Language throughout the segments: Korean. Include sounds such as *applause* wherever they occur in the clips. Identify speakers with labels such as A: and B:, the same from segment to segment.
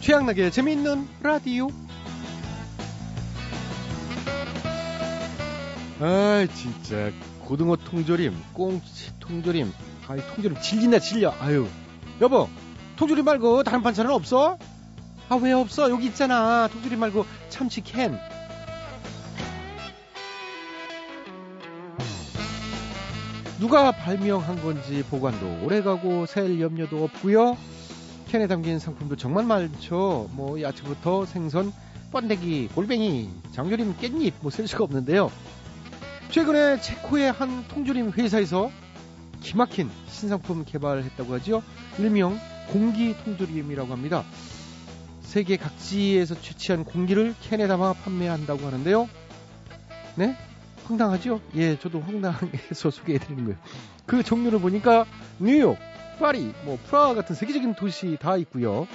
A: 최양락의 재미있는 라디오. 아 진짜 고등어 통조림, 꽁치 통조림, 아이 통조림 질린다 질려. 아유 여보 통조림 말고 다른 반찬은 없어? 아 왜 없어? 여기 있잖아. 통조림 말고 참치 캔. 누가 발명한 건지 보관도 오래가고 셀 염려도 없고요. 캔에 담긴 상품도 정말 많죠. 뭐 야채부터 생선, 번데기, 골뱅이, 장조림, 깻잎 뭐 쓸 수가 없는데요. 최근에 체코의 한 통조림 회사에서 기막힌 신상품 개발했다고 하죠. 일명 공기 통조림이라고 합니다. 세계 각지에서 채취한 공기를 캔에 담아 판매한다고 하는데요. 네? 황당하죠? 예, 저도 황당해서 *laughs* 소개해드리는 거예요. 그 종류를 보니까 뉴욕, 파리, 뭐 프라하 같은 세계적인 도시 다 있고요.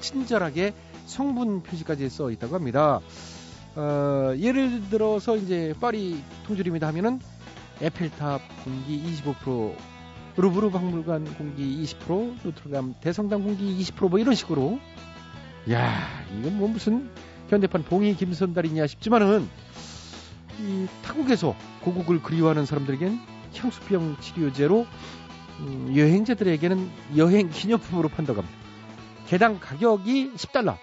A: 친절하게 성분 표시까지 써 있다고 합니다. 어, 예를 들어서 이제 파리 통조림이다 하면은 에펠탑 공기 25%, 루브르 박물관 공기 20%, 노트르담 대성당 공기 20%뭐 이런 식으로. 야, 이건 뭐 무슨 현대판 봉이 김선달이냐 싶지만은 이 타국에서 고국을 그리워하는 사람들에겐 향수병 치료제로 음, 여행자들에게는 여행 기념품으로 판다고 합니다. 개당 가격이 10달러.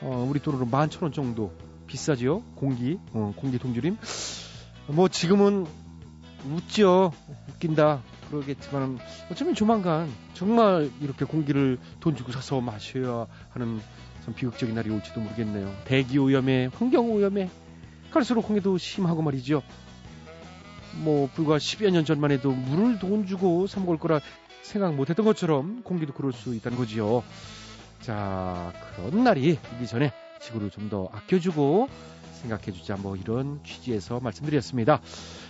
A: 어, 우리 돈으로 11,000원 정도 비싸지요. 공기, 어, 공기 통조림. 뭐 지금은 웃죠. 웃긴다. 그러겠지만 어쩌면 조만간 정말 이렇게 공기를 돈 주고 사서 마셔야 하는 참 비극적인 날이 올지도 모르겠네요. 대기 오염에, 환경 오염에 갈수록 공해도 심하고 말이죠. 뭐 불과 10여 년 전만 해도 물을 돈 주고 사 먹을 거라 생각 못 했던 것처럼 공기도 그럴 수 있다는 거지요. 자, 그런 날이 오기 전에 지구를 좀 더 아껴주고 생각해 주자 뭐 이런 취지에서 말씀드렸습니다.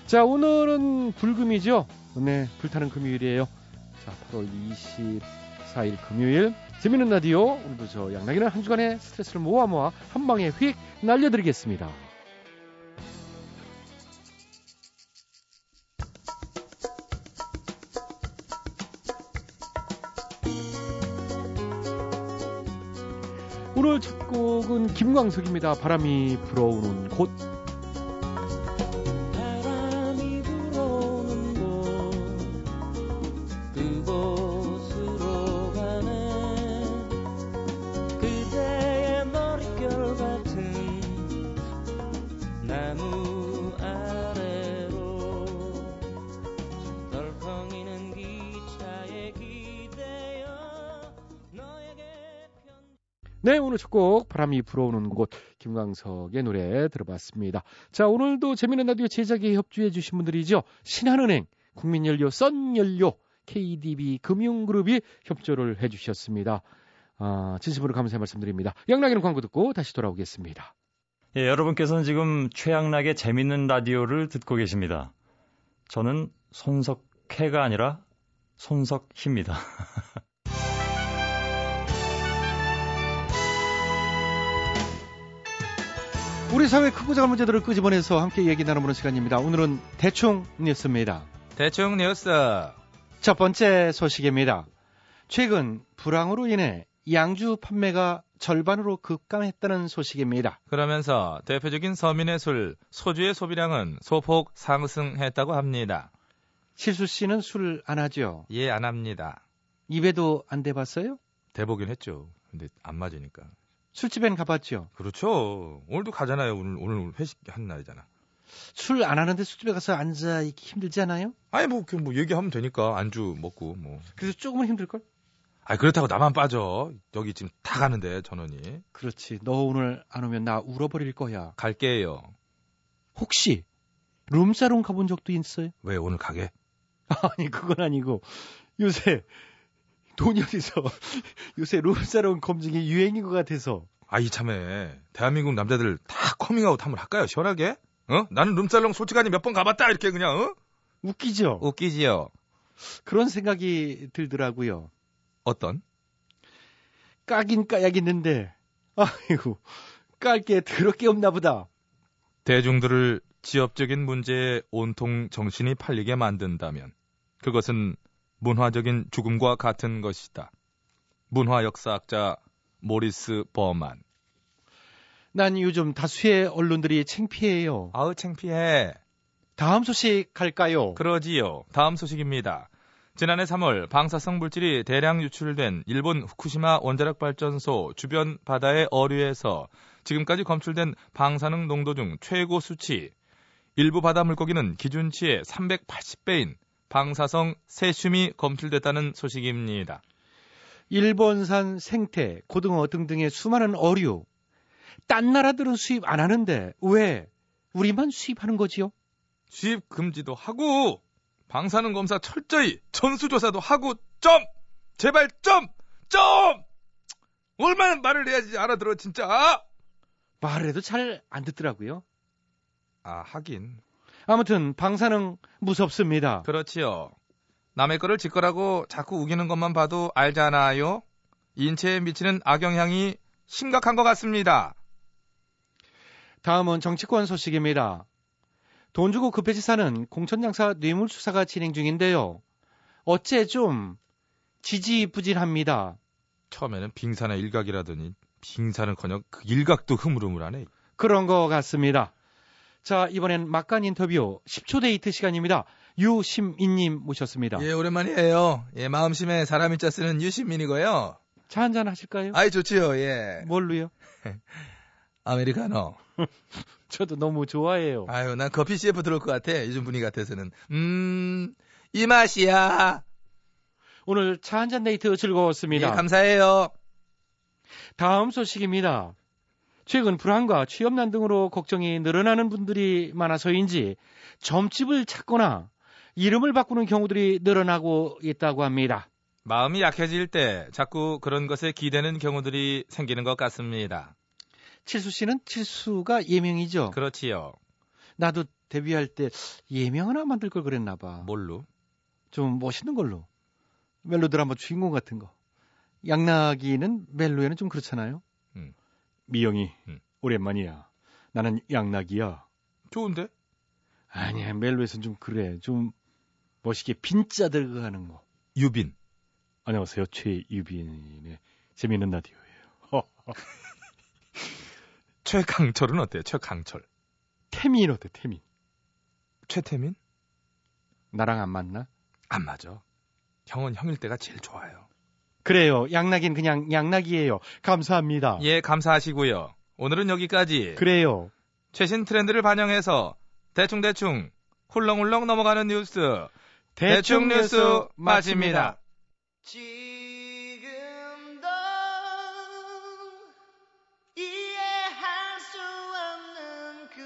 A: 자, 오늘은 불금이죠. 네, 불타는 금요일이에요. 자, 8월 24일 금요일 재미있는 라디오 오늘도 저 양락이는 한 주간의 스트레스를 모아 모아 한 방에 휙 날려드리겠습니다. 오늘 첫 곡은 김광석입니다. 바람이 불어오는 곳.
B: 바람이 불어오는 곳 그곳으로 가네 그대의 머릿결 같은 나무 아래로 덜컹이는 기차에 기대어 너에게 편
A: 네, 오늘 첫 곡 바람이 불어오는 곳 김광석의 노래 들어봤습니다. 자, 오늘도 재미있는 라디오 제작에 협조해 주신 분들이죠. 신한은행, 국민연료, 썬연료, KDB 금융그룹이 협조를 해 주셨습니다. 아, 진심으로 감사의 말씀드립니다. 양락이는 광고 듣고 다시 돌아오겠습니다.
C: 예, 여러분께서는 지금 최양락의 재밌는 라디오를 듣고 계십니다. 저는 손석해가 아니라 손석희입니다.
A: 우리 사회 크고 작은 문제들을 끄집어내서 함께 얘기 나눠보는 시간입니다. 오늘은 대충 뉴스입니다.
D: 대충 뉴스.
A: 첫 번째 소식입니다. 최근 불황으로 인해 양주 판매가 절반으로 급감했다는 소식입니다.
D: 그러면서 대표적인 서민의 술, 소주의 소비량은 소폭 상승했다고 합니다.
A: 실수 씨는 술 안 하죠?
D: 예, 안 합니다.
A: 입에도 안 대봤어요?
D: 대보긴 했죠. 근데 안 맞으니까.
A: 술집엔 가봤죠?
D: 그렇죠. 오늘도 가잖아요. 오늘, 오늘 회식 한 날이잖아.
A: 술 안 하는데 술집에 가서 앉아 있기 힘들지 않아요?
D: 아니, 뭐, 그냥 뭐, 얘기하면 되니까. 안주 먹고, 뭐.
A: 그래서 조금은 힘들걸?
D: 아 그렇다고 나만 빠져. 여기 지금 다 가는데, 전원이.
A: 그렇지. 너 오늘 안 오면 나 울어버릴 거야.
D: 갈게요.
A: 혹시 룸사롱 가본 적도 있어요? *laughs*
D: 왜 오늘 가게?
A: 아니 그건 아니고 요새 돈이 어디서 *laughs* 요새 룸사롱 검증이 유행인 것 같아서
D: 아, 이참에 대한민국 남자들 다 커밍아웃 한번 할까요? 시원하게? 어? 나는 룸살롱 솔직하니 몇 번 가봤다. 이렇게 그냥, 어?
A: 웃기죠?
D: 웃기지요.
A: 그런 생각이 들더라고요.
D: 어떤?
A: 까긴 까야겠는데 아이고 깔 게 더럽게 없나 보다.
D: 대중들을 지엽적인 문제에 온통 정신이 팔리게 만든다면 그것은 문화적인 죽음과 같은 것이다. 문화 역사학자 모리스 버만.
A: 난 요즘 다수의 언론들이 창피해요.
D: 아우 창피해.
A: 다음 소식 갈까요?
D: 그러지요. 다음 소식입니다. 지난해 3월 방사성 물질이 대량 유출된 일본 후쿠시마 원자력 발전소 주변 바다의 어류에서 지금까지 검출된 방사능 농도 중 최고 수치. 일부 바다 물고기는 기준치의 380배인 방사성 세슘이 검출됐다는 소식입니다.
A: 일본산 생태, 고등어 등등의 수많은 어류. 딴 나라들은 수입 안 하는데 왜 우리만 수입하는 거지요?
D: 수입 금지도 하고 방사능 검사 철저히 전수조사도 하고 점 제발 점점 얼마나 말을 해야지 알아들어 진짜
A: 말을 해도 잘 안 듣더라고요.
D: 아 하긴
A: 아무튼 방사능 무섭습니다.
D: 그렇지요 남의 거를 지 거라고 자꾸 우기는 것만 봐도 알잖아요 인체에 미치는 악영향이 심각한 것 같습니다
A: 다음은 정치권 소식입니다. 돈 주고 급해지 사는 공천장사 뇌물 수사가 진행 중인데요. 어째 좀 지지부진합니다.
D: 처음에는 빙산의 일각이라더니 빙산은커녕 그 일각도 흐물흐물하네
A: 그런 것 같습니다. 자, 이번엔 막간 인터뷰 10초 데이트 시간입니다. 유심인님 모셨습니다.
D: 예 오랜만이에요 예 마음심에 사람인자 쓰는 유시민이고요
A: 차 한잔 하실까요?
D: 아이 좋지요 예
A: 뭘로요?
D: 아메리카노
A: 저도 너무 좋아해요.
D: 아유, 난 커피 CF 들어올 것 같아. 요즘 분위기 같아서는. 음, 이 맛이야.
A: 오늘 차 한잔 데이트 즐거웠습니다.
D: 예, 감사해요.
A: 다음 소식입니다. 최근 불안과 취업난 등으로 걱정이 늘어나는 분들이 많아서인지 점집을 찾거나 이름을 바꾸는 경우들이 늘어나고 있다고 합니다.
D: 마음이 약해질 때 자꾸 그런 것에 기대는 경우들이 생기는 것 같습니다.
A: 칠수 씨는 칠수가 예명이죠.
D: 그렇지요.
A: 나도 데뷔할 때 예명 하나 만들 걸 그랬나 봐.
D: 뭘로?
A: 좀 멋있는 걸로. 멜로 드라마 주인공 같은 거. 양락이는 멜로에는 좀 그렇잖아요.
D: 음.
A: 미영이
D: 음.
A: 오랜만이야. 나는 양락이야.
D: 좋은데?
A: 아니야 멜로에선 좀 그래. 좀 멋있게 빈자 들어가는 그 거.
D: 유빈.
A: 안녕하세요 최유빈의 재미있는 라디오예요.
D: 최강철은 어때요? 최강철.
A: 태민 어때 태민?
D: 최태민?
A: 나랑 안 맞나?
D: 안 맞아. 형은 형일 때가 제일 좋아요.
A: 그래요 양락인 그냥 양락이에요. 감사합니다.
D: 예, 감사하시고요. 오늘은 여기까지.
A: 그래요.
D: 최신 트렌드를 반영해서 대충대충 훌렁훌렁 넘어가는 뉴스. 대충 뉴스 마칩니다.
B: 지금도 이해할 수 없는 그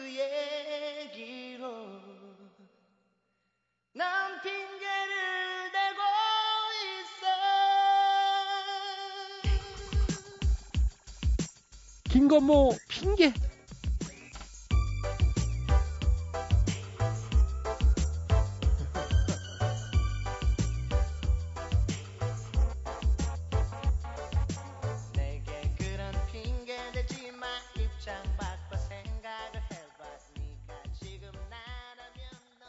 B: 얘기로 난 핑계를 대고 있어
A: 김건모 뭐 핑계.
B: 내게 그런 핑계 대지 마 입장 바꿔 생각을 해봐 니가 지금 나라면 넌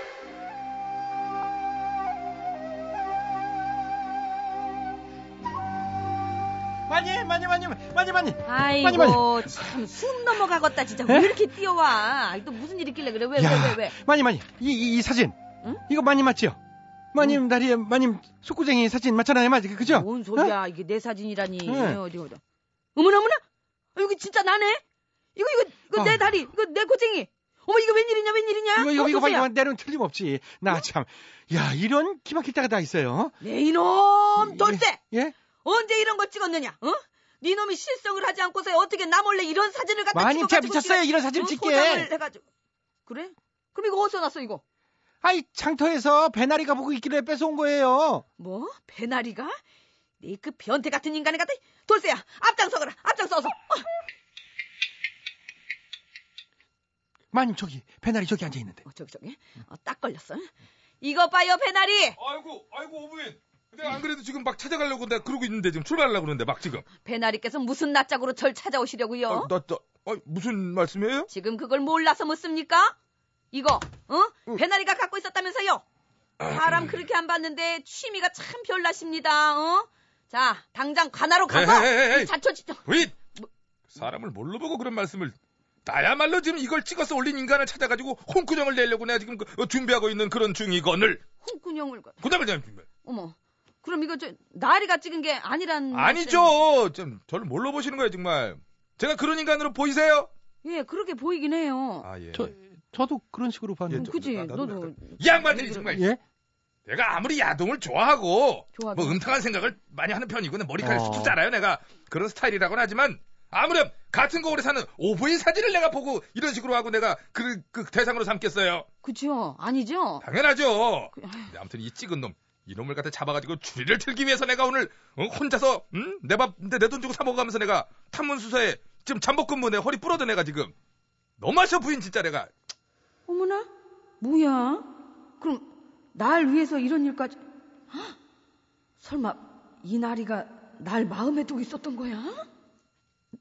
A: 많이 많이 많이 많이 많이.
E: 아이고
A: 많이, 많이.
E: 참 숨 넘어가겠다 진짜
A: 에?
E: 왜 이렇게 뛰어와 또 무슨 일 있길래 그래 왜 왜 왜 왜,
A: 야, 많이 많이 이 이 사진.
E: 응?
A: 이거 많이 맞지요? 마님 다리에 마님 속구쟁이 사진 맞잖아요, 맞지? 그죠?
E: 뭔 소리야 이게 내 사진이라니
A: 응.
E: 어디 어디 어머나 어머나 아, 여기 진짜 나네 이거 이거 이거
A: 어.
E: 내 다리 이거 내 고쟁이 어머 이거 웬일이냐 웬일이냐
A: 이거 이거 이거
E: 어떡해?
A: 봐요. 내는 틀림없지. 나 참. 야, 이런 기막힐 때가 다 있어요.
E: 내 이놈 돌쇠
A: 예?
E: 언제 이런 거 찍었느냐 어? 네 놈이 실성을 하지 않고서 어떻게 나 몰래 이런 사진을 갖다
A: 마님 제가
E: 찍어가지고
A: 미쳤어요.
E: 지금,
A: 이런 사진
E: 어,
A: 찍게.
E: 소장을 해가지고 그래? 그럼 이거 어디서 났어 이거
A: 아이, 장터에서 배나리가 보고 있길래 뺏어온 거예요.
E: 뭐? 배나리가? 네 그 변태 같은 인간이 같아. 돌쇠야, 앞장서거라. 앞장서서. 어,
A: 마님 저기 배나리 저기 앉아 있는데.
E: 어, 저기 저기. 어, 딱 걸렸어. 이거 봐요, 배나리.
D: 아이고, 아이고, 오부인. 내가 안 그래도 지금 막 찾아가려고 내가 그러고 있는데 지금 출발하려고 그러는데 막 지금.
E: 배나리께서 무슨 낯짝으로 절 찾아오시려고요?
D: 아, 나, 나, 아, 무슨 말씀이에요?
E: 지금 그걸 몰라서 묻습니까? 이거, 어?
D: 응. 아, 음.
E: 배나리가 갖고 있었다면서요? 사람 그렇게 안 봤는데 취미가 참 별나십니다, 어? 자, 당장 관아로 가서
D: 에헤헤헤.
E: 이 자초 지죠
D: 부인! 사람을 뭘로 보고 그런 말씀을 나야말로 지금 이걸 찍어서 올린 인간을 찾아가지고 홍구정을 내려고 내가 지금 그, 어, 준비하고 있는 그런 중이건을
E: 홍군형을 거.
D: 그다음에 좀-
E: 어머, 그럼 이거 저 나리가 찍은 게 아니란 말씀.
D: 아니죠 좀 저를 뭘로 보시는 거예요 정말 제가 그런 인간으로 보이세요?
E: 예, 그렇게 보이긴 해요.
D: 아 예.
A: 저- 저도 그런 식으로
E: 음,
A: 봤는데.
D: 예, 저-
E: 그지,
D: 나- 나도
E: 너도
D: 이 양반들이 정말
A: 예?
D: 내가 아무리 야동을 좋아하고
E: 좋아하죠.
D: 뭐 음탕한 생각을 많이 하는 편이고 내 머리카락이
A: 어.
D: 수축 자라요 내가 그런 스타일이라고는 하지만 아무렴 같은 거울에 사는 오부인 사진을 내가 보고 이런 식으로 하고 내가 그, 그 대상으로 삼겠어요
E: 그죠, 아니죠.
D: 당연하죠 근데 아무튼 이 찍은 놈 이놈을 갖다 잡아가지고 추리를 틀기 위해서 내가 오늘 어, 혼자서 음? 내밥내돈 주고 사 먹어가면서 내가 탐문수사에 지금 잠복근무 내 허리 부러져 내가 지금 너무하셔 부인 진짜 내가
E: 어머나, 뭐야? 그럼 날 위해서 이런 일까지? 헉! 설마 이 나리가 날 마음에 두고 있었던 거야?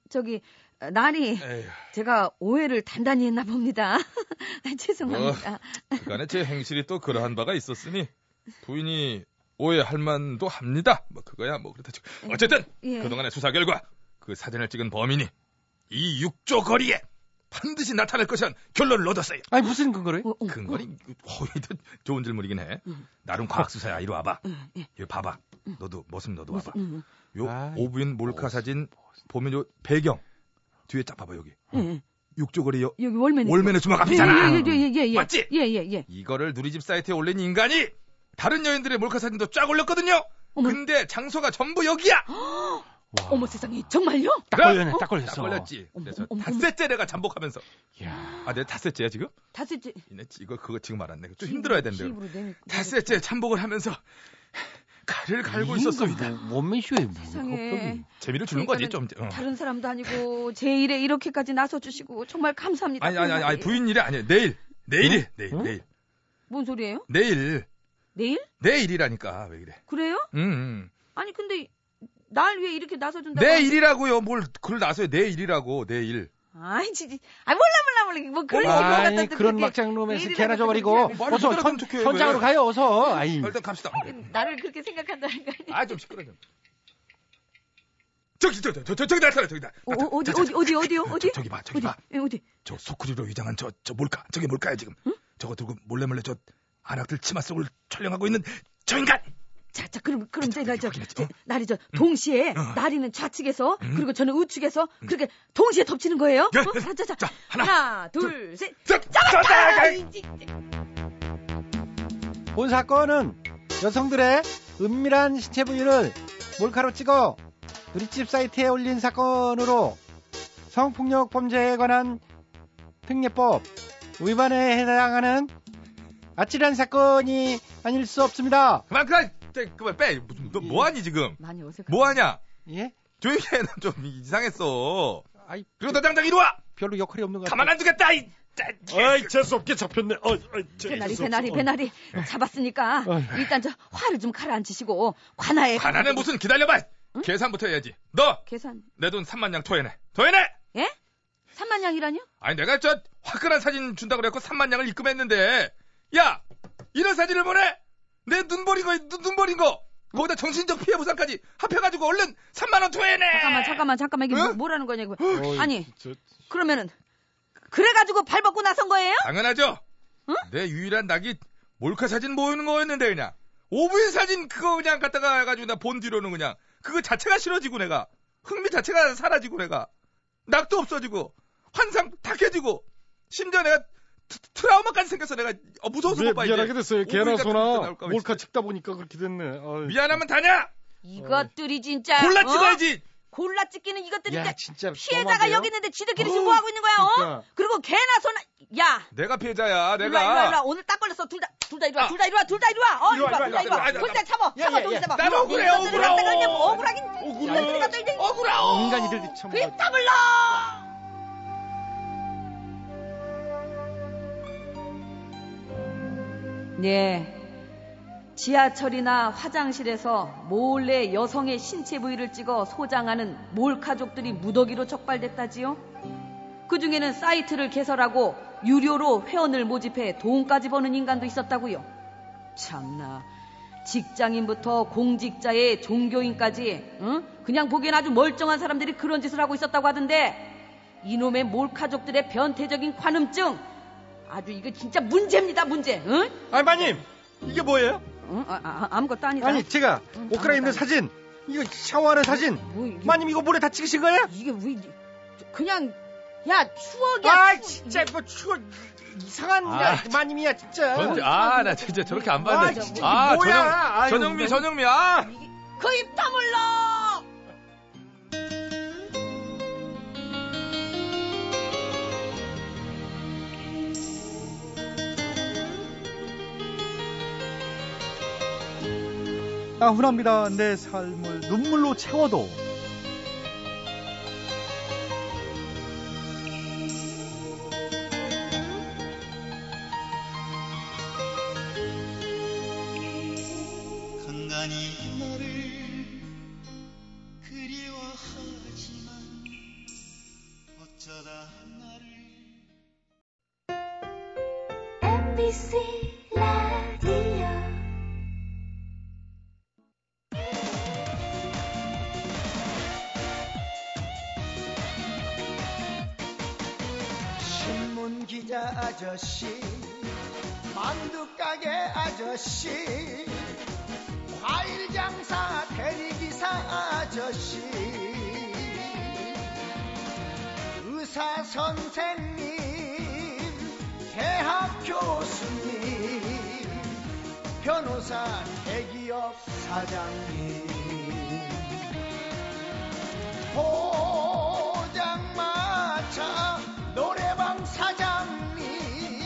E: 저기 어, 나리,
D: 에휴
E: 제가 오해를 단단히 했나 봅니다. *laughs* 죄송합니다.
D: 그간에 제 행실이 또 그러한 바가 있었으니 부인이 오해할 만도 합니다. 뭐 그거야 뭐 그렇다 치고 어쨌든
E: 예.
D: 그동안의 수사 결과 그 사진을 찍은 범인이 이 육조 거리에 반드시 나타날 것이란 결론을 얻었어요.
A: 아니 무슨 근거를?
D: 뭐?
E: 어, 어,
D: 근거리 거의도 좋은 질문이긴 해.
E: 아.
D: 나름 과학 수사야. 이리 와봐.
E: 예.
D: 여기 봐봐. 너도 머슴 너도 와봐.
E: 음,
D: 요
A: 아이,
D: 오부인 몰카 사진 보면 요 배경 뒤에 딱 봐봐 여기
E: 예, 예.
D: 육조 거리 요
E: 여기 월매는
D: 월면의 주막 앞이잖아.
E: 예, 예, 예, 예.
D: 맞지?
E: 예, 예, 예.
D: 이거를 누리집 사이트에 올린 인간이 다른 여인들의 몰카 사진도 쫙 올렸거든요.
E: 어머.
D: 근데 장소가 전부 여기야.
E: 어머 세상에 정말요?
A: 딱
D: 그래?
A: 걸렸네. 딱 걸렸어.
D: 딱 걸렸지. 그래서
E: 어머, 어머,
D: 닷새째 내가 잠복하면서
A: 야.
D: 아, 내 닷새째야 지금?
E: 다섯째.
D: 이네 이거 그거 지금 알았네. 좀 힘들어야 된대.
E: 입으로 내밀-
D: 닷새째 잠복을 하면서 가를 갈고
A: 이거
D: 있었습니다.
A: 뭐, 몸이 쉬워요. 뭐,
E: 세상에.
A: 갑자기.
D: 재미를 주는 거지 좀.
E: 그러니까는
D: 어.
E: 다른 사람도 아니고 제 일에 이렇게까지 나서주시고 정말 감사합니다.
D: 아니 아니 아니, 아니, 부인 일이 아니에요. 내일 내일이 내일
A: 응?
D: 내일
E: 뭔 소리예요?
D: 내일
E: 내일?
D: 내일이라니까 왜 이래?
E: 그래요?
D: 음, 음.
E: 아니 근데 날 왜 이렇게 나서준다고?
D: 내 일이라고요. 뭘 그걸 나서요. 내 일이라고 내 일.
E: 아이 진짜. 아 몰라 몰라 몰라. 뭐 그런 식으로
A: 아이,
E: 갖다 또
A: 그런
E: 그렇게
A: 막장 로맨스
E: 내일이라고
A: 개나 줘버리고
E: 그렇게
D: 말을
A: 어서
D: 못
A: 천,
D: 알아듣게 해, 왜.
A: 천장으로 가요 어서 아이
D: 아, 일단 갑시다.
E: 나를 그렇게 생각한다니까.
D: 아 좀 시끄러 좀. 저기 저기 저기 저기 나타나 저기 나.
E: 어, 어, 어디 어디 어디 어디요? 어디?
D: 저, 저기 봐 저기
E: 어디?
D: 봐.
E: 예, 어디?
D: 저 소쿠리로 위장한 저 저 뭘까? 저게 뭘까요 지금? 저거 들고 몰래 몰래 저 안악들 치마 속을 촬영하고 있는 저 인간.
E: 자, 자, 그럼, 그럼 제가 저,
D: 확인했지?
E: 저,
D: 어?
E: 날이 저, 동시에, 날이는 좌측에서, 그리고 저는 우측에서, 그렇게 동시에 덮치는 거예요?
D: 예,
E: 어?
D: 예.
E: 자, 자, 자.
D: 자, 하나,
E: 둘, 셋.
D: 저, 저,
E: 아,
D: 저,
E: 이, 이, 이.
A: 본 사건은 여성들의 은밀한 신체 부위를 몰카로 찍어 누리집 사이트에 올린 사건으로 성폭력 범죄에 관한 특례법 위반에 해당하는 아찔한 사건이 아닐 수 없습니다.
D: 그만 그만 저, 그만 빼. 무슨 너 뭐하니 지금?
E: 많이 어색하다.
D: 뭐하냐?
A: 예?
D: 조용히 해. 나 좀 이상했어.
A: 아이,
D: 그리고 너 당장 이리 와.
A: 별로 역할이 없는 것 같아요.
D: 가만 안 두겠다. 이, 자,
F: 아이 재수없게 잡혔네. 어, 아이,
E: 배나리,
F: 재수없어.
E: 배나리,
F: 어.
E: 배나리. 잡았으니까, 일단 저, 화를 좀 가라앉히시고, 관아에.
D: 가난해 무슨 기다려봐. 계산부터 해야지. 너 내 돈
E: 계산.
D: 3만 냥 토해내. 토해내.
E: 예? 3만 양이라뇨?
D: 아니 내가 저 화끈한 사진 준다고 그래갖고 3만 양을 입금했는데 야 이런 사진을 보내 내 눈버린 거 눈, 눈버린 거 거기다 정신적 피해 보상까지 합해가지고 얼른 3만 원 토해내
E: 잠깐만, 잠깐만, 잠깐만. 이게
D: 응?
E: 뭐, 라는 거냐고.
F: 어이,
E: 아니,
F: 저,
E: 그러면은, 그래가지고 발벗고 나선 거예요?
D: 당연하죠
E: 응?
D: 내 유일한 낙이 몰카 사진 모으는 거였는데 그냥 오브인 사진 그거 그냥 갖다가 해가지고 나 본 뒤로는 그냥 그거 자체가 싫어지고 내가 흥미 자체가 사라지고 내가 낙도 없어지고 환상 다 깨지고 심지어 내가 트, 트라우마까지 생겨서 내가 어, 무서워서
F: 왜
D: 못 봐 이제
F: 미안하게 됐어요. 개나
D: 오브인 같은 것도
F: 소나
D: 나올까 봐,
F: 몰카
D: 진짜.
F: 찍다 보니까 그렇게 됐네. 아이.
D: 미안하면 다냐
E: 이것들이 진짜.
D: 골라
E: 어?
D: 찍어야지
G: 골라 찢기는 이것들이
A: 야
G: 진짜
A: 진짜
G: 피해자가
A: 험한데요?
G: 여기 있는데 지들끼리
A: 어,
G: 지금 뭐하고 있는 거야, 어?
A: 그러니까.
G: 그리고 개나 소나, 야!
D: 내가 피해자야,
G: 일로 와, 일로 와, 일로
D: 내가.
G: 와. 오늘 딱 걸렸어. 둘 다, 둘 다 이리 와, 둘 다 이리 와, 둘 다 이리 와. 어, 이리 와, 둘 다 이리
D: 일로 와,
G: 와.
D: 일로 와.
G: 둘다 참어,
A: 야,
G: 참어,
A: 야,
G: 둘이
A: 야.
G: 참어.
D: 난 억울해,
G: 이것들이
D: 억울하고.
G: 갖다가 그냥 뭐 억울하긴.
D: 억울해.
G: 억울하고.
A: 인간이들 참
G: 그림 다 불러!
E: 네. 지하철이나 화장실에서 몰래 여성의 신체 부위를 찍어 소장하는 몰카족들이 무더기로 적발됐다지요? 그 중에는 사이트를 개설하고 유료로 회원을 모집해 돈까지 버는 인간도 있었다고요. 참나. 직장인부터 공직자의 종교인까지 응? 그냥 보기엔 아주 멀쩡한 사람들이 그런 짓을 하고 있었다고 하던데 이놈의 몰카족들의 변태적인 관음증 아주 이거 진짜 문제입니다 문제 응?
A: 아 마님 이게 뭐예요?
E: 응? 아, 아, 아무것도 아니다.
A: 아니 제가
E: 음,
A: 옷 갈아입는
E: 아무것도
A: 사진 이거 샤워하는 사진
E: 뭐 이게,
A: 마님 이거 모래 다 찍으신 거예요?
E: 이게 왜 이게- 저- 그냥 야 추억이야. 음. 그
A: 아
E: 추억.
A: 진짜 뭐 추워 이상한
D: 아,
A: 야, 마님이야 진짜
D: 전- 아, 나 진짜 저렇게 안
A: 아
D: 봤네.
A: 진짜
D: 아,
A: 이게 뭐야
D: 전영,
A: 아유,
D: 전영미, 전영미, 아!
G: 그 입 다물러!
H: 아, 나훈합니다. 내 삶을 눈물로 채워도.
B: 간간히 너를 그리워하지만 어쩌다 나를
I: MBC 라디오
B: 신문 기자 아저씨, 만두 가게 아저씨, 과일 장사 대리기사 아저씨, 의사 선생님, 대학 교수님, 변호사 대기업 사장님. 포장마차 노래방 사장님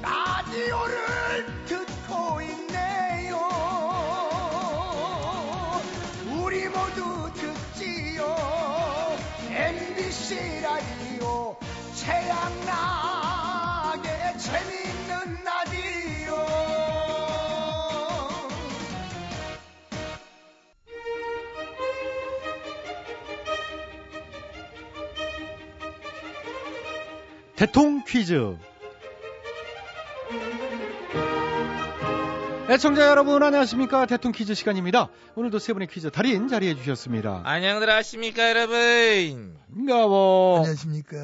B: 라디오를 듣고 있네요 우리 모두 듣지요 MBC 라디오 최양락의 재밌는 라디오
H: 대통 퀴즈.
A: 애청자 여러분 안녕하십니까 대통 퀴즈 시간입니다 오늘도 세 분의 퀴즈 달인 자리해 주셨습니다
D: 안녕들 하십니까, 여러분.
A: 반가워
B: 안녕하십니까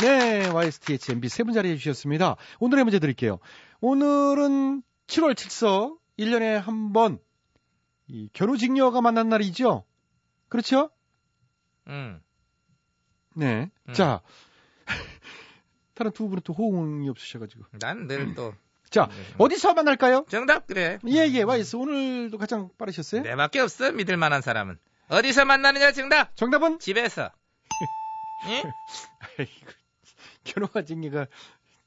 A: 네 YSTH MB 세 분 자리해 주셨습니다 오늘의 문제 드릴게요 오늘은 7월 7서 1년에 한 번 이 견우직녀가 만난 날이죠 그렇죠?
D: 음.
A: 네.
D: 음.
A: 자, *laughs* 다른 두 분은 또 호응이 없으셔가지고.
D: 난 늘 또. 음,
A: 자, 어디서 만날까요?
D: 정답, 그래.
A: 예, 예, 와이스. 오늘도 가장 빠르셨어요?
D: 내밖에 없어, 믿을 만한 사람은. 어디서 만나느냐, 정답!
A: 정답은? *laughs*
D: 집에서. 예?
A: 아이고, 결혼한 쟁이가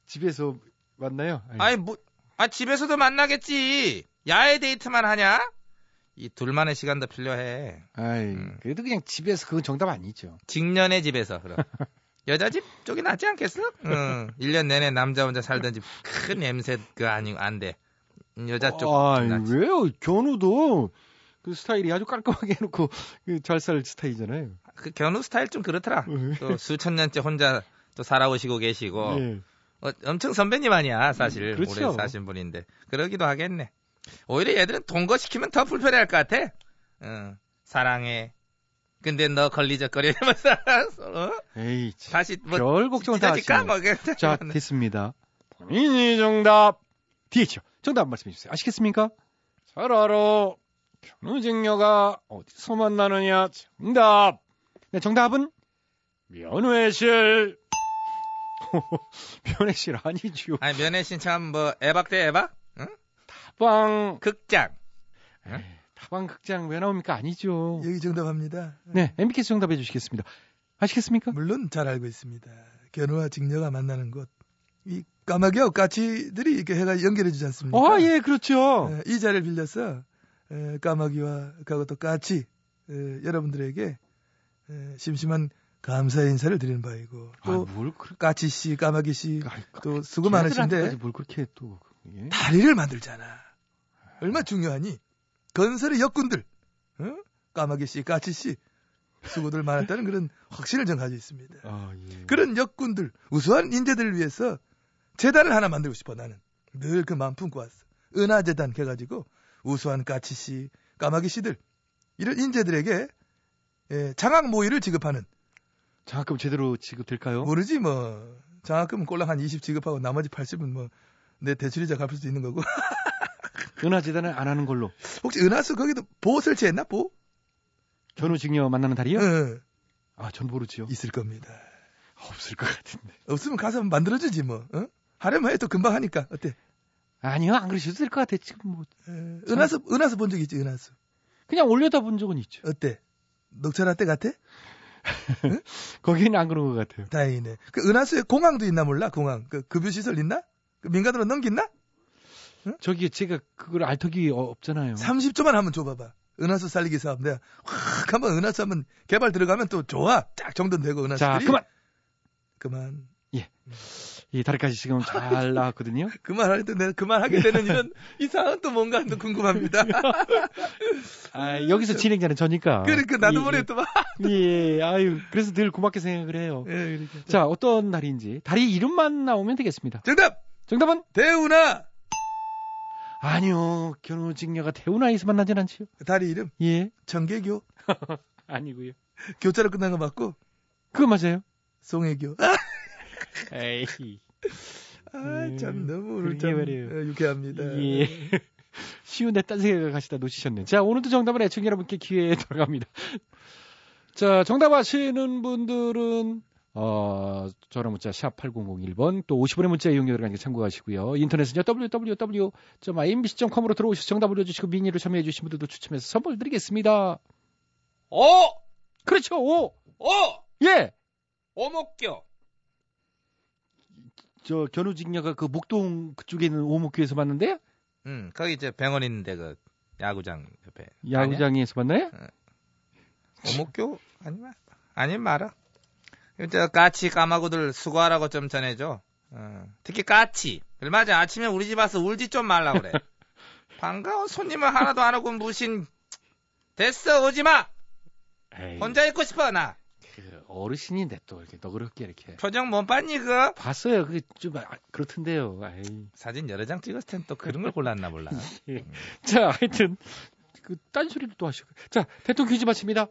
A: 집에서 만나요? 아이고,
D: 아니 뭐, 아 집에서도 만나겠지. 야외 데이트만 하냐? 이 둘만의 시간도 필요해.
A: 아이,
D: 음.
A: 그래도 그냥 집에서 그건 정답 아니죠.
D: 직년의
A: *laughs*
D: 집에서 그럼. 여자 집 쪽이 낫지 않겠어? 응. 1년 내내 남자 혼자 살던 집 큰 냄새 그 아니고 안 돼. 음, 여자 쪽.
A: 아,
D: 좀 낫지.
A: 왜요? 견우도 그 스타일이 아주 깔끔하게 해놓고 그잘살 스타일이잖아요.
D: 그 견우 스타일 좀 그렇더라. 또 수천 년째 혼자 또 살아오시고 계시고
A: 예.
D: 어, 엄청 선배님 아니야 사실
A: 그렇죠.
D: 오래 사신 분인데 그러기도 하겠네. 오히려 얘들은 동거 시키면 더 불편해할 것 같아. 응, 사랑해. 근데 너 걸리적거려 이러면서 *laughs* 어?
A: 에이, 참.
D: 다시 뭐
A: 별 걱정은 다
D: 찢어질까?
A: 하시네.
D: 뭐 그냥
A: 자, 됐습니다. 본인이 정답. DH. 정답 말씀해 주세요. 아시겠습니까? 잘 알아. 견우직녀가 어디서 만나느냐. 정답. 네, 정답은? 면회실. *laughs* 면회실 아니지요.
D: 아니 면회 신참 뭐 애박 대 애박? 응?
A: 다방.
D: 극장.
A: 다방극장 왜 나옵니까? 아니죠.
J: 여기 정답합니다.
A: 네, MBK 정답해 주시겠습니다. 아시겠습니까?
J: 물론 잘 알고 있습니다. 견우와 직녀가 만나는 곳. 이 까마귀와 까치들이 이렇게 해가 연결해 주지 않습니까?
A: 아, 예, 그렇죠.
J: 예, 이 자리를 빌려서 예, 까마귀와 그리고 또 까치 예, 여러분들에게 예, 심심한 감사의 인사를 드리는 바이고 또
A: 아,
J: 까치 씨, 까마귀 씨 또 수고 많으신데
A: 걔네들한테까지 뭘 그렇게 또 예?
J: 다리를 만들잖아. 얼마 나 중요하니? 건설의 역군들, 어? 까마귀 씨, 까치 씨 수고들 많았다는 그런 확신을 전 가지고 있습니다.
A: 아, 예.
J: 그런 역군들, 우수한 인재들을 위해서 재단을 하나 만들고 싶어 나는 늘 그 마음 품고 왔어. 은하 재단 해가지고 우수한 까치 씨, 까마귀 씨들 이런 인재들에게 예, 장학 모의를 지급하는
A: 장학금 제대로 지급될까요?
J: 모르지 뭐 장학금은 꼴랑 한 20 지급하고 나머지 80은 뭐 내 대출이자 갚을 수도 있는 거고 *laughs*
A: 은하재단은 안 하는 걸로.
J: 혹시 은하수 거기도 보호 설치했나 보?
A: 전우직녀 만나는 다리요?
J: 응.
A: 아, 전 모르지요.
J: 있을 겁니다.
A: 없을 것 같은데.
J: 없으면 가서 만들어주지 뭐. 어? 하려면 해도 금방 하니까 어때?
A: 아니요, 안 그러셔도 될 것 같아. 지금 뭐
J: 에, 은하수 은하수 본 적 있지 은하수
A: 그냥 올려다 본 적은 있죠.
J: 어때? 녹차라떼 같아?
A: 거기는 안 그런 것 같아요.
J: 다행이네. 그 은하수에 공항도 있나 몰라 공항 그 급유 시설 있나? 그 민간으로 넘긴나?
A: 음. 저기 제가 그걸 알 턱이 어- 없잖아요.
J: 30초만 한번 줘봐봐. 은하수 살리기 사업 내가 확 한번 은하수 한번 개발 들어가면 또 좋아. 딱 정돈 되고
A: 자,
J: 은하수들이
A: 그만.
J: 그만
A: 이 다리까지 지금 잘 나왔거든요.
J: 그만하는데 내가 그만하게 되는
A: 네.
J: 이런 이상한 또 뭔가 또
A: *laughs*
J: 궁금합니다.
A: *laughs* 아, 여기서 진행자는 저니까.
J: 그러니까 나도
A: 예,
J: 모르게 또 막.
A: *laughs* 예, 예, 아유, 그래서 늘 고맙게 생각을 해요.
J: 예, 그러니까.
A: 자, 어떤 다리인지 다리 이름만 나오면 되겠습니다.
J: 정답
A: 정답은
J: 대우나
A: 아니요, 견우직녀가 대우나에서 만나진 않지요.
J: 다리 이름
A: 예,
J: 정계교
A: *laughs* 아니고요.
J: 교차로 끝난 거 맞고
A: 그거 맞아요.
J: 송혜교.
A: 에이,
J: 아 참 너무 오늘
A: 음, 그러게
J: 참
A: 말이에요.
J: 어, 유쾌합니다.
A: 예. *laughs* 쉬운데 딴 생각을 하시다 놓치셨네. 자, 오늘도 정답을 애청 여러분께 기회에 *laughs* 돌아갑니다. 자, 정답 아시는 분들은 어, 전화 문자 샵 8001번 또 50원의 문자 이용료 들어가니까 참고하시고요. 인터넷은요. www.imbc.com으로 들어오셔서 정답 올려 주시고 미니로 참여해 주신 분들도 추첨해서 선물 드리겠습니다.
D: 어!
K: 오!
A: 그렇죠. 오.
K: 오!
A: 예.
K: 오목교!
A: 저 견우직녀가 그 목동 그쪽에 있는 오목교에서 만났는데요.
D: 응, 음, 거기 이제 병원 있는데 그 야구장 옆에.
A: 야구장에서 만나요?
D: 어목교 아니면 아니면 말아. 이제 까치 까마구들 수고하라고 좀 전해줘. 어, 특히 까치. 얼마전 아침에 우리 집 와서 울지 좀 말라
L: *laughs*
D: 그래. 반가운 손님을 하나도 안 오고 무신. 됐어 오지 마.
A: 에이,
D: 혼자 있고 싶어 나.
A: 그 어르신인데 또 이렇게 너그럽게 이렇게
D: 표정 못 봤니 그?
A: 봤어요. 그게 좀 아, 그렇던데요. 아이.
D: 사진 여러 장 찍었을 땐 또 그런 걸 골랐나 몰라.
A: 자, 하여튼 그 딴소리를 또 하시고. 자, 대통령 퀴즈 마칩니다.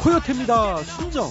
A: 코요태입니다. 순정.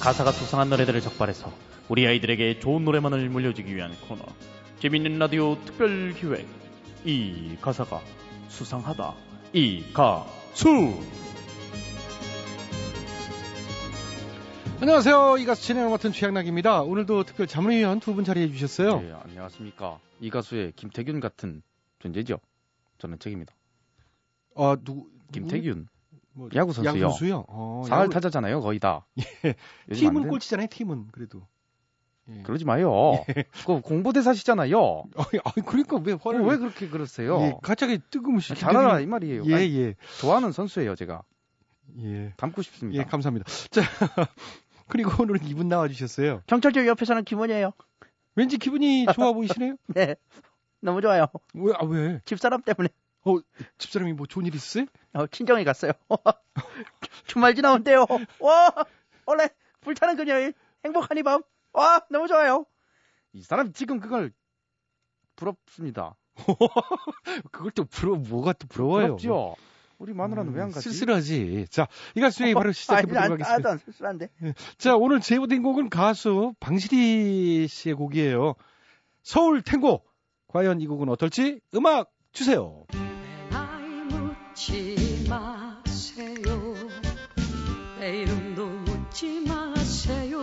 M: 가사가 수상한 노래들을 적발해서 우리 아이들에게 좋은 노래만을 물려주기 위한 코너 재밌는 라디오 특별 기획 이 가사가 수상하다 이 가수
A: 안녕하세요. 이 가수 진행을 맡은 최양락입니다. 오늘도 특별 자문위원 두 분 자리해 주셨어요.
L: 예, 안녕하십니까. 이 가수의 김태균 같은 존재죠. 저는 책입니다.
A: 아, 누구?
L: 김태균.
A: 뭐,
L: 야구 선수요.
A: 야구선수요? 어,
L: 사활
A: 야구- 예.
L: 타자잖아요, 거의
A: *laughs*
L: 다. 요즘 안
A: 팀은
L: 된-
A: 꼴찌잖아요. 팀은 그래도. 예.
L: 그러지
D: *laughs*
L: 마요. 그거 공보대사시잖아요.
D: 어,
A: 아, 그러니까 왜 화를
L: 왜 그렇게 그러세요?
A: 예, 갑자기
D: 아,
A: 뜨거무시.
L: 잘하라 이 말이에요.
A: 예,
L: 아니,
A: 예,
L: 좋아하는 선수예요, 제가.
A: 예.
L: 닮고 싶습니다.
A: 예, 감사합니다. 자, *laughs* 그리고 오늘은 이분 나와주셨어요.
N: 경찰청 옆에 사는 김원이에요.
A: 왠지 기분이 좋아 보이시네요.
N: 네. 너무 좋아요.
A: 왜, 아, 왜?
N: 집사람 때문에.
A: 어, 집사람이 뭐 좋은 일 있어요?
N: 어, 친정에 갔어요. 주말 지나온대요. 와, 원래 불타는 그녀의 행복한 이 밤. 와, 너무 좋아요.
D: 이 사람 지금 그걸 부럽습니다.
A: 그걸 또 부러 뭐가 음, 또 부러워요? 음,
D: 부럽죠. 우리 마누라는 왜 안 가지?
A: 쓸쓸하지. 자, 이 가수의 바로 *laughs* 시작해 보도록
N: 아니,
A: 하겠습니다.
N: 나도 안 쓸쓸한데.
A: 자, 오늘 제보된 곡은 가수 방실희 씨의 곡이에요. 서울 탱고. 과연 이 곡은 어떨지 음악 주세요.
E: 묻지 마세요. 내 이름도 묻지 마세요.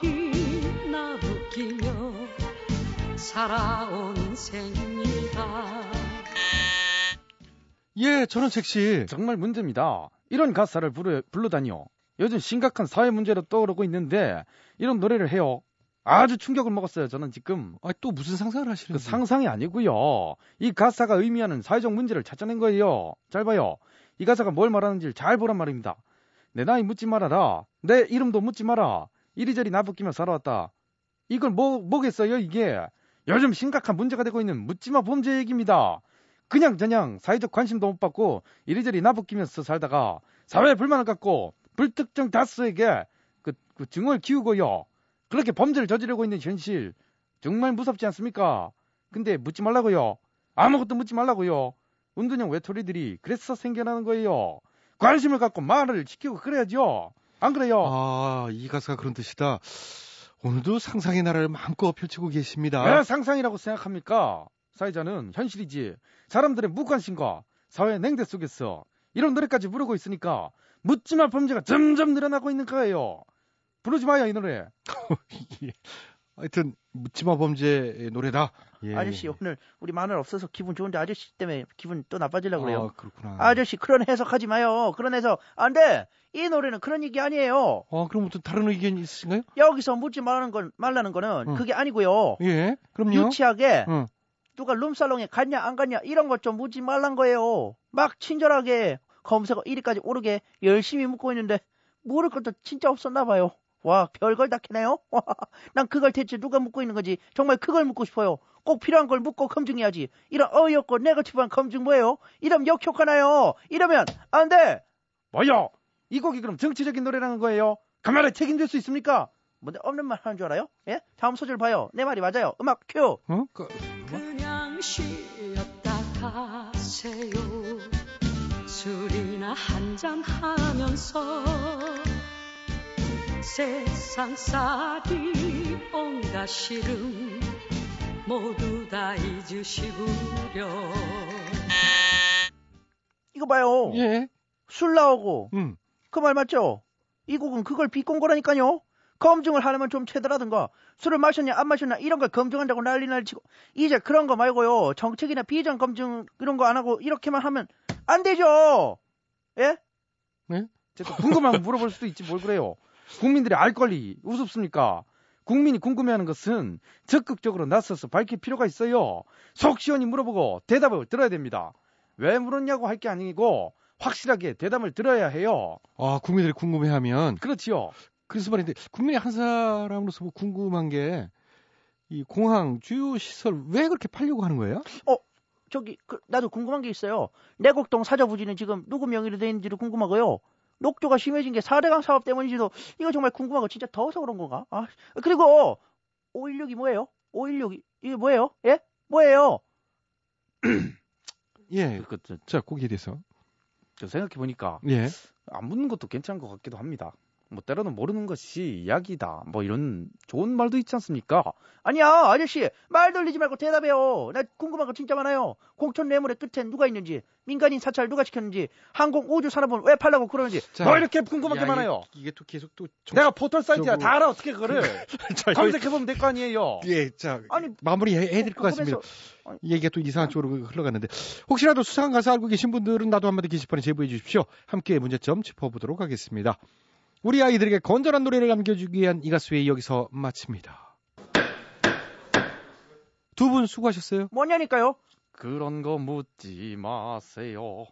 E: 이리저리 나부끼며 살아온 인생이다.
D: 예, 저는 섹시. 정말 문제입니다. 이런 가사를 부르, 불러다니요. 요즘 심각한 사회 문제로 떠오르고 있는데 이런 노래를 해요. 아주 충격을 먹었어요. 저는 지금.
A: 아, 또 무슨 상상을 하시는
D: 그 상상이 아니고요. 이 가사가 의미하는 사회적 문제를 찾아낸 거예요. 잘 봐요. 이 가사가 뭘 말하는지를 잘 보란 말입니다. 내 나이 묻지 말아라. 내 이름도 묻지 마라. 이리저리 나부끼며 살아왔다. 이걸 뭐 뭐겠어요 이게? 요즘 심각한 문제가 되고 있는 묻지마 범죄 얘기입니다. 그냥 저냥 사회적 관심도 못 받고 이리저리 나부끼면서 살다가 사회 불만을 갖고 불특정 다수에게 그, 그 증오를 키우고요. 그렇게 범죄를 저지르고 있는 현실 정말 무섭지 않습니까? 근데 묻지 말라고요. 아무것도 묻지 말라고요. 은둔형 외톨이들이 그래서 생겨나는 거예요. 관심을 갖고 말을 시키고 그래야죠. 안 그래요?
A: 아, 이 가사가 그런 뜻이다. 오늘도 상상의 나라를 마음껏 펼치고 계십니다.
D: 왜 상상이라고 생각합니까? 사회자는 현실이지. 사람들의 무관심과 사회의 냉대 속에서 이런 노래까지 부르고 있으니까 묻지 말 범죄가 점점 늘어나고 있는 거예요. 부르지 마요, 이 노래.
A: 하여튼 묻지마 범죄 노래다. 예.
N: 아저씨 오늘 우리 마늘 없어서 기분 좋은데 아저씨 때문에 기분 또 나빠지려고
A: 아,
N: 그래요.
A: 그렇구나.
N: 아, 저씨 그런 해석하지 마요. 그런 해석 안 돼. 이 노래는 그런 얘기 아니에요.
A: 아, 그럼 어떤 다른 의견 있으신가요?
N: 여기서 묻지 말라는 건 말라는 거는
A: 응.
N: 그게 아니고요.
A: 예. 그럼요. 어.
N: 유치하게
A: 응.
N: 누가 룸살롱에 갔냐 안 갔냐 이런 것 좀 묻지 말란 거예요. 막 친절하게 검색어 1위까지 오르게 열심히 묻고 있는데 모를 것도 진짜 없었나 봐요. 와 별걸 다 캐네요. *laughs* 난 그걸 대체 누가 묻고 있는 건지 정말 그걸 묻고 싶어요. 꼭 필요한 걸 묻고 검증해야지. 이런 어이없고 네거티브한 검증 뭐예요? 이러면 역효과나요. 이러면 안 돼.
D: 뭐요? 이 곡이 그럼 정치적인 노래라는 거예요? 가만히 책임질 수 있습니까?
N: 뭔데 없는 말 하는 줄 알아요? 예? 다음 소절 봐요. 내 말이 맞아요. 음악 큐.
A: 어?
E: 그냥 쉬었다 가세요. 술이나 한잔 하면서 세상 살이 온갖 시름 모두 다 잊으시구려.
N: 이거 봐요.
A: 예.
N: 술 나오고.
A: 음.
N: 그 말 맞죠? 이 곡은 그걸 비꼰 거라니까요. 검증을 하려면 좀 체더라든가 술을 마셨냐 안 마셨냐 이런 걸 검증한다고 난리 날 치고 이제 그런 거 말고요 정책이나 비전 검증 이런 거 안 하고 이렇게만 하면 안 되죠 예?
D: 제가 궁금하면 물어볼 수도 있지 뭘 그래요. 국민들이 알 권리 우습습니까? 국민이 궁금해하는 것은 적극적으로 나서서 밝힐 필요가 있어요. 속 시원히 물어보고 대답을 들어야 됩니다. 왜 물었냐고 할 게 아니고 확실하게 대답을 들어야 해요.
A: 아, 국민들이 궁금해하면
D: 그렇지요.
A: 그래서 말인데 국민의 한 사람으로서 뭐 궁금한 게 이 공항 주요 시설 왜 그렇게 팔려고 하는 거예요?
N: 저기 그, 나도 궁금한 게 있어요 내곡동 사저부지는 지금 누구 명의로 돼 있는지도 궁금하고요 녹조가 심해진 게 4대강 사업 때문인지도 이거 정말 궁금하고 진짜 더워서 그런 건가 아 그리고 516이 뭐예요? 516이 이게 뭐예요? 예? 뭐예요?
A: 예.
D: 그, 저,
A: 자, 거기에 대해서.
D: 저 생각해보니까
A: 예.
D: 안 묻는 것도 괜찮은 것 같기도 합니다. 뭐 때로는 모르는 것이 약이다. 뭐 이런 좋은 말도 있지 않습니까?
N: 아니야 아저씨 말 돌리지 말고 대답해요 나 궁금한 거 진짜 많아요 공천 뇌물의 끝엔 누가 있는지 민간인 사찰 누가 시켰는지 항공 우주 산업은 왜 팔라고 그러는지
A: 자,
D: 뭐 이렇게 궁금한
A: 야,
D: 게 많아요.
A: 이- 이게 또 계속 또
D: 내가 포털 사이트야
A: 저거-
D: 다 알아 어떻게 그거를
A: *laughs* 자, 이거-
D: 검색해보면 될 거 아니에요.
A: 예, 자
N: 아니,
A: 마무리해야 될 것 같습니다. 이 얘기가 또 이상한 쪽으로 흘러갔는데 혹시라도 수상한 가사 알고 계신 분들은 나도 한마디 게시판에 제보해 주십시오. 함께 문제점 짚어보도록 하겠습니다. 우리 아이들에게 건전한 노래를 남겨주기 위한 이 가수의 여기서 마칩니다. 두 분 수고하셨어요.
N: 뭐냐니까요
D: 그런 거 묻지 마세요.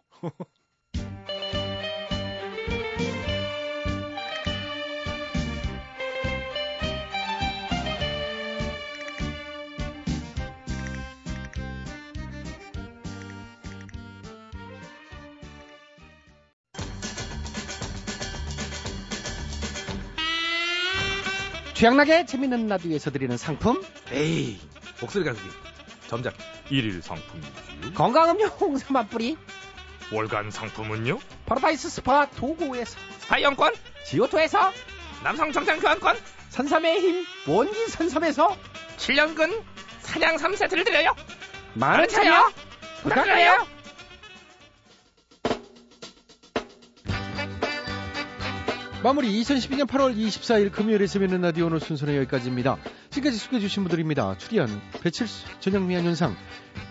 A: 취향나게 재밌는 라디오에서 드리는 상품
D: 에이 목소리 가수기 점작 1일 상품이지요
A: 건강음료 홍삼 한 뿌리
D: 월간 상품은요?
A: 파라다이스 스파 도고에서
D: 사이영권
A: 지오토에서
D: 남성 정장 교환권
A: 선삼의 힘 원기 선삼에서
D: 7년근 사냥 3세트를 드려요 그렇죠.
A: 많은 참여 부탁드려요 마무리 2012년 8월 24일 금요일에 재밌는 라디오 오늘 순서는 여기까지입니다. 지금까지 소개해주신 분들입니다. 출연 배칠수, 전영미, 안윤상,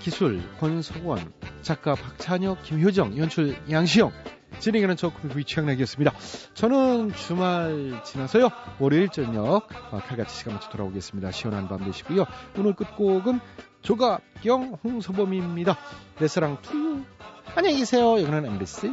A: 기술 권석원, 작가 박찬혁, 김효정, 연출 양시영, 진행하는 저 금요일 취향락이었습니다. 저는 주말 지나서요. 월요일 저녁 아, 칼같이 시간 맞춰 돌아오겠습니다. 시원한 밤 되시고요. 오늘 끝곡은 조갑경 홍서범입니다. 내 사랑 투유 안녕히 계세요. 여기는 MBC.